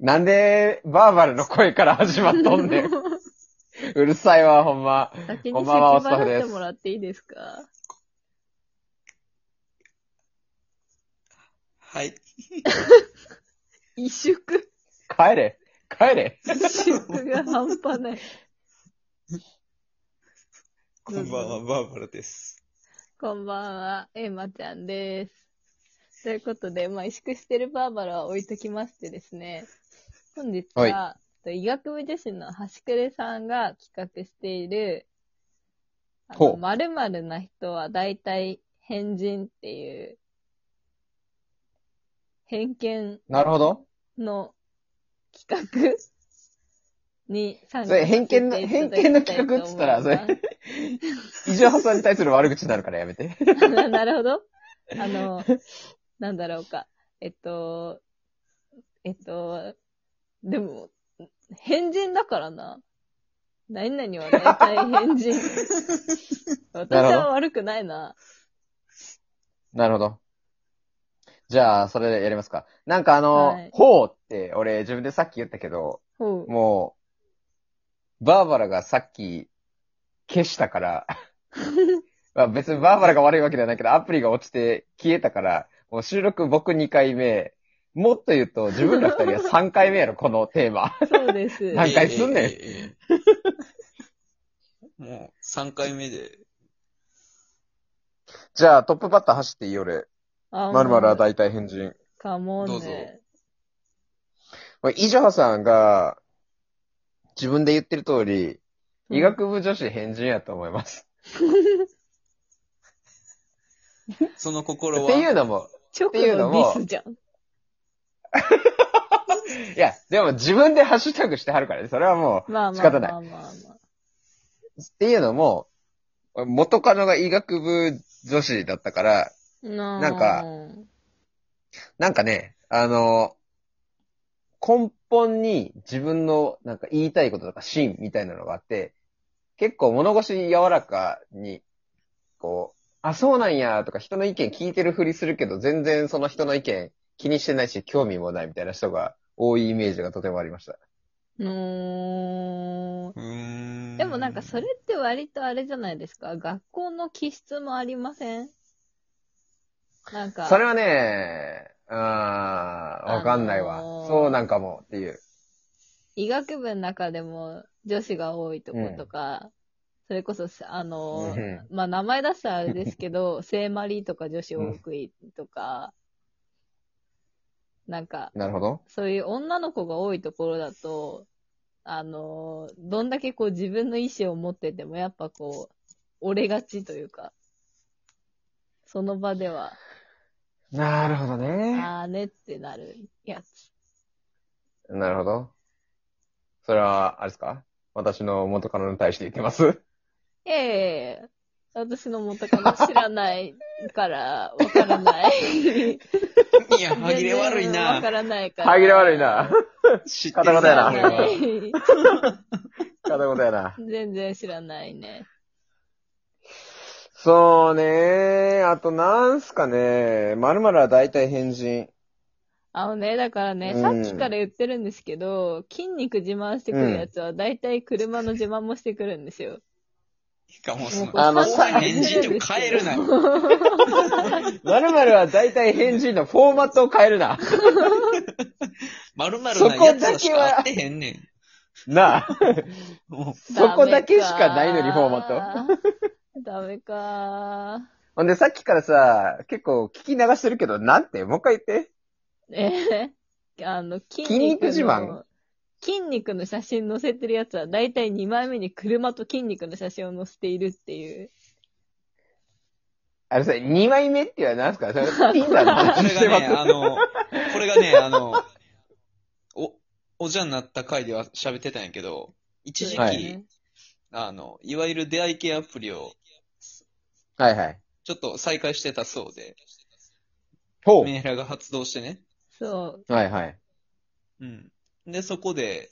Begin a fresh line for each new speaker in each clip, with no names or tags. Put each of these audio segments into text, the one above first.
なんで、バーバルの声から始まっとんね ん。うるさいわ、ほんま。
先
こ
に
ん
先
ばんはおっさん
払
で
っ
す
てもらっていいですか
はい。
萎縮、
帰れ。帰れ。
萎縮が半端ない。
こんばんは、バーバラです。
こんばんは、エマちゃんです。ということで、まあ、萎縮してるバーバラは置いときましてですね、本日は、
は
えっと医学部女子の橋暮さんが企画している、あ
ほう
の、〇〇な人は大体変人っていう、偏見
なるほど。
の企画 に参加
それ偏見の
させていただきたい
偏見の企画っつったら
と思います
異常発散に対する悪口になるからやめて。
なるほど。あの、なんだろうか。えっと、えっと、でも、変人だからな。何 々は大体変人。私は悪くないな。
なるほど。じゃあ、それでやりますか。なんかあの、
はい
ほうって、俺自分でさっき言ったけど、
ほう。
もう、バーバラがさっき消したから、 まあ別にバーバラが悪いわけではないけど、アプリが落ちて消えたから、もう収録僕2回目、もっと言うと自分ら2人は3回目 やろ、このテーマ。
そうです。
何回すんねん
ええええええもう、3回目で。
じゃあトップバッター走っていいよ俺。
あ
まるまるは大体変人。
かも
どうぞ
ね。
これ、イジョハさんが、自分で言ってる通り、医学部女子変人やと思います。
その心
っ
は。
ていうのも、
直
ていうの
の
も
ディスじゃん。
いや、でも自分でハッシュタグしてはるからね、それはも
まあ
仕
まあま
方
あ
ない
まあまあ。
う。っていうのも、元カノが医学部女子だったから、
な
なんかなんかね、あの、根本に自分のなんか言いたいこととか芯みたいなのがあって、結構物腰柔らかに、こう、あ、そうなんやとか人の意見聞いてるふりするけど、全然その人の意見気にしてないし、興味もないみたいな人が多いイメージがとてもありました。
うーん。
うーん。
でもなんかそれって割とあれじゃないですか。学校の気質もありませんなんか。
それはね、あー、わかんないわ。
あのー
そうなんかもっていう。
医学部の中でも女子が多いとことか、それこそ、あ
う、
の
ん
まあ、名前出したらあれです けど、聖マリーとか女子多くいとか、なんか、
なるほど。
そういう女の子が多いところだと、あの、どんだけこう自分の意思を持ってても、やっぱこう、折れがちというか、その場では、
なるほどね。
あーねってなるやつ。
なるほど。それは、あれですか私の元カノに対して言ってます。
いやいやいや私の元カノ知らないから、わからない。
いや、歯切れ悪い
わ
な。
からないから。
歯切れ悪いな。。
知って
片
る
言やな
な、
こ
こ
れ
れ
は
は。
片言やな。
全然知らないね。
そうねあとなんすかねまるまるは大体変人。
あのね、だからね、
うん
さっきから言ってるんですけど、筋肉自慢してくるやつは、大体車の自慢もしてくるんですよ。
いいかもう
も
そ
う
の、
これ
あの
お前変人でも変えるな。
まるまるは大体変人のフォーマットを変えるな。
まるまるなやつはしか合ってへんねん。
なあ。
も
そこだけしかないのにフォーマッ
ット。ダメか
ほんでさっきからさ、結構聞き流してるけど、なんてもう一回言って。
えー、あの、筋
筋肉
肉の
自慢
筋肉の写真載せてるやつは、だいたい2枚目に車と筋肉の写真を載せているっていう。。
あれさ、2枚目っていうのは何すかそれ、ピンダの
う、こ
話
れ
して
が
ま
ね、
す。
あの、これがね、あの、お、おじゃになった回では喋ってたんやけど、一時期、
はい
あの、いわゆる出会い系アプリを
はいはい。
ちょっと再開してたそうで、
ほ
メンヘラが発動してね。
そう。
う。はいはい。
うん。で、そこで、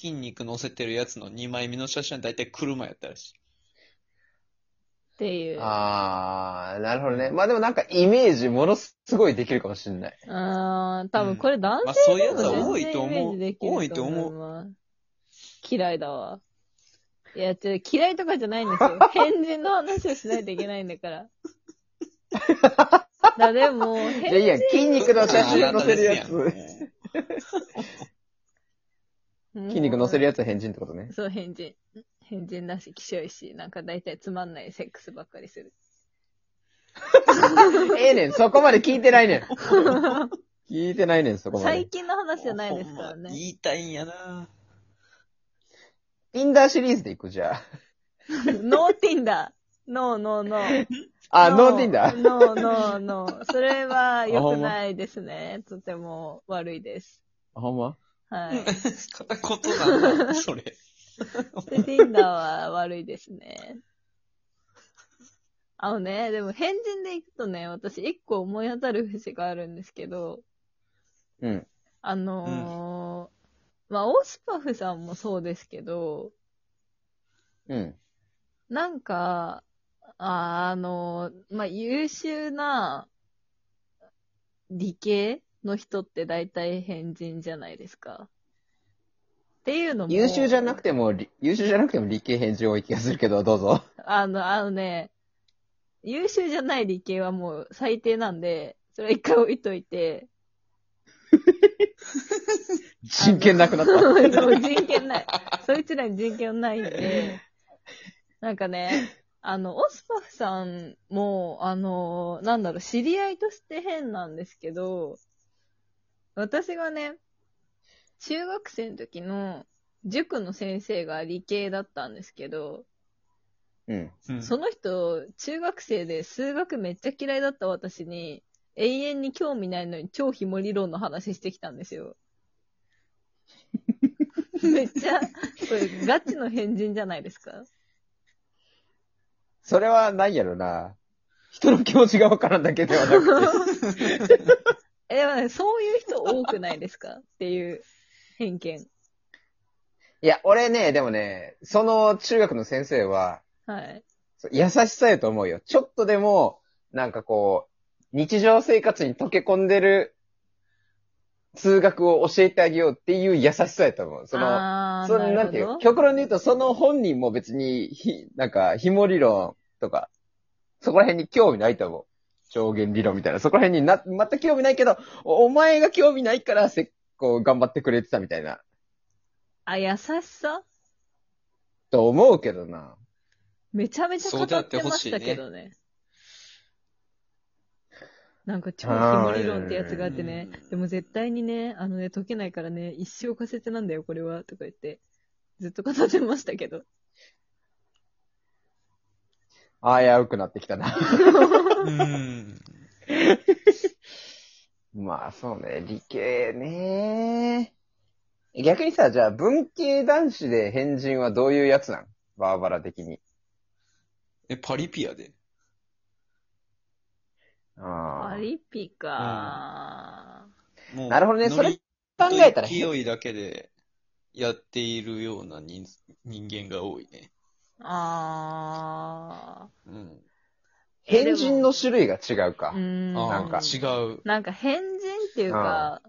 筋肉乗せてるやつの2枚目の写真は大体車やったらしい。
っていう。あ
あー、なるほどね。まあでもなんかイメージものすごいできるかもしれない。
あー多分これ男
まあ
性
そういう
で
や
も
つは多い
全
と
然イメ
思
ー
う
ジで。き
多
る
い
と
と
思
思。
いうます。嫌いだわ。いや、ちょ、嫌いとかじゃないんですよ。変人の話をしないといけないんだから。だ、でも、
いやい
変、
や、筋肉の写真載せるや
あなた
つ。
ですやん
筋肉載せる
や
やつは変人ってことね。
そう、変人。変人だし、気性いし、なんか大体つまんないセックスばっかりする。
ええねん、そこまで聞いてないねん。聞いてないねん、そこま
最
で。
近の話じゃないですから
ほんま
ね。
言いたいんやな
インダーシリーズでいく、じゃ
ノーティンダー。ノーノーノー。
あ。あ、ノーティンダー。
ノーノーノー。それは良くないです ね。とても悪いです。
あほんま
はい。
片言なん だ、それ。
で、Tinder は悪いですね。あのね、でも変人で行くとね、私一個思い当たる節があるんですけど、
うん。
あのーまあ、オスパフさんもそうですけど、
うん。
なんか、ああの、まあ、優秀な理系の人って大体変人じゃないですか。っていうのも。
優秀じゃなくても、り優秀じゃなくても理系返事多い気がするけど、どうぞ。
あの、あのね、優秀じゃない理系はもう最低なんで、それは一回置いといて、
真剣なく なった。
そう人権ない。そいつらに人権ないんで、なんかね、あの、オスパフさんも、あの、なんだろう、知り合いとして変なんですけど、私がね、中学生の時の塾の先生が理系だったんですけど、
うん。
うん
その人、中学生で数学めっちゃ嫌いだった私に、永遠に興味ないのに超ひも理論の話してきたんで すよ。めっちゃ、これガチの変人じゃないで すか。
それはないやろな。人の気持ちがわからんだけではなくて。
え、でもね、そういう人多くないですかっていう偏見。
いや、俺ね、でもね、その中学の先生は、
はい。
そう優しさやと思うよ。ちょっとでも、なんかこう、日常生活に溶け込んでる数学を教えてあげようっていう優しさやと思う。その、
あー
その、
な
なん
る
ていう
ほど。
極論で言うと、その本人も別に、ひ、なんか、ひも理論とか、そこら辺に興味ないと思う。上限理論みたいな。そこら辺にな、全く興味ないけど、おお前が興味ないから、せっこう、頑張ってくれてたみたいな。
あ、優しさ
と思うけどな。
めちゃめちゃ語ってましたけどね。なんか超ひも理論ってやつがあってね
うん、
でも絶対にね、あのね、解けないからね、一生仮説なんだよ、これは、とか言って、ずっと語ってましたけど。
危うくなってきたな。
うん。
まあそうね、理系ね。逆にさ、じゃあ文系男子で変人はどういうやつなんバーバラ的に。
え、パリピアで。
あ
パ
あ。
リピか
もう
なるほどねそれ考えたら変
勢いだけでやっているような人人間が多いね。
ー。あ
うん。
ー。え
変人の種類が違うか
う。ーん。
あ
なんか
違う。
なんか変人っていうか、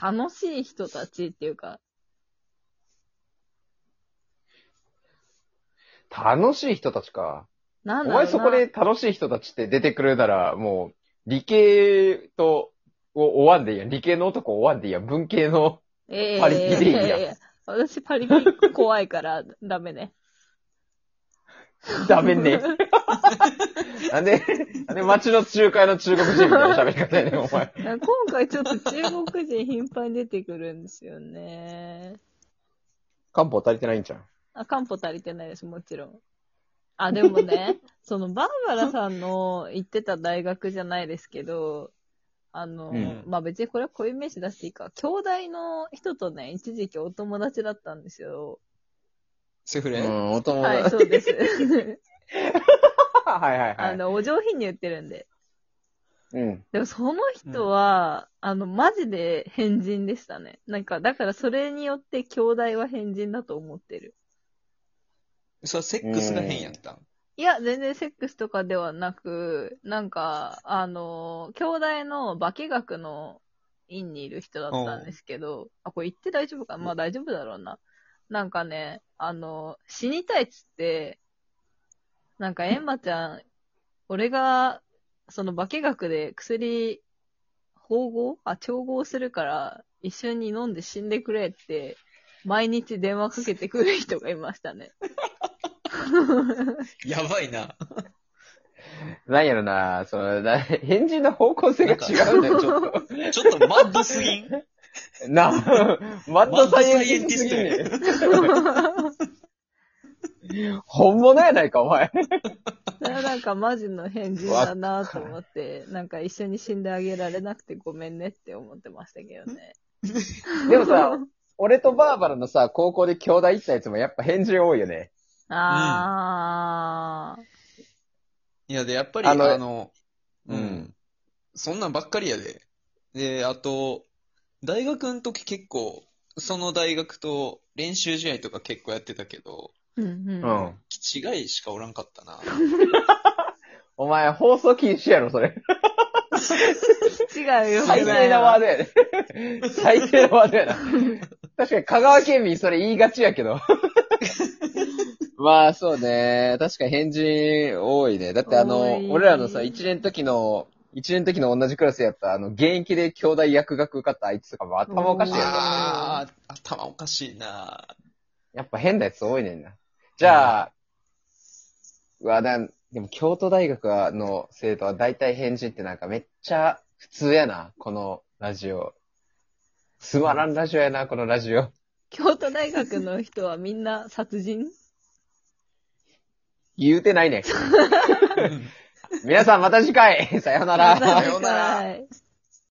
楽しい人たちっていうか、
楽しい人たちか。
な
お
んだろ
前
うな。
そこで楽しい人たちって出てくるなら、もう理系と、を追わんでいいやん。理系の男を追わんでいいやん。文系 の、
ええ
パリピでいいやん
やや私パリピ怖いからダメね。
ダメね。なんで、なんで街の中華屋の中国人みたいな喋り方やねん、お前。
今回ちょっと中国人頻繁に出てくるんですよね。
漢方足りてないんじゃん。
あ、漢方足りてないです、もちろん。あ、でも ね、そのバーバラさんの行ってた大学じゃないですけど、あの、
うん
まあ、別にこれはこういう名詞出していいか、兄弟の人とね、一時期お友達だったんですよ。
セフ
う
レ、
ん、お友
はい、
達。
そ うです。
はいはいはい。
あの、お上品に言ってるんで。
うん。
でもその人は、あの、マジで変人でしたね。なんか、だからそれによって兄弟は変人だと思ってる。
それはセックスが変やったん。
いや、全然セックスとかではなく、なんか、あの、兄弟の化学の院にいる人だったんですけど、あ、これ言って大丈夫かまあ大丈夫だろうな。なんかね、あの、死にたいっつって、なんかエンマちゃん、俺が、その化学で薬、縫合あ、調合するから、一緒に飲んで死んでくれって、毎日電話かけてくる人がいましたね。
やばいな。
なんやろな、その、な変人の方向性が違うんだよ、ちょっと。
ちょっとマッドすぎん
なあ、マッドサイエンティスト
マッドサイエンテ
やね本物やないか、お前。
それはなんかマジの変人だなと思って、なんか一緒に死んであげられなくてごめんねって思ってましたけどね。
でもさ、俺とバーバラのさ、高校で兄弟行ったやつもやっぱ変人多いよね。
あー。
いや、で、やっぱり、
あ
あ
の
の、
う
うんん。そんなんばっかりやで。で、あと、大学の時結構、その大学と練習試合とか結構やってたけど、
うん
う
うん。
ん。
気違いしかおらんかったな。
お前、放送禁止やろ、それ。
違うよ。
最低なワードやね。最低なワードやな。確かに香川県民それ言いがちやけど。まあそうね。確かに変人多いね。だってあ
多い
の、俺らのさ、一年の時の、一年の時の同じクラスやった、あの、現役で兄弟薬学受かったあいつとかも頭おかしいやろ
うん
ああ、頭おかしいな。
やっぱ変なやつ多いねんな。じゃあ、うわ、なん、でも京都大学の生徒は大体変人ってなんかめっちゃ普通やな、このラジオ。つまらんラジオやな、このラジオ。
京都大学の人はみんな殺人
言う てないねん。皆さんまた次回さようなら。
さ
ようなら
はい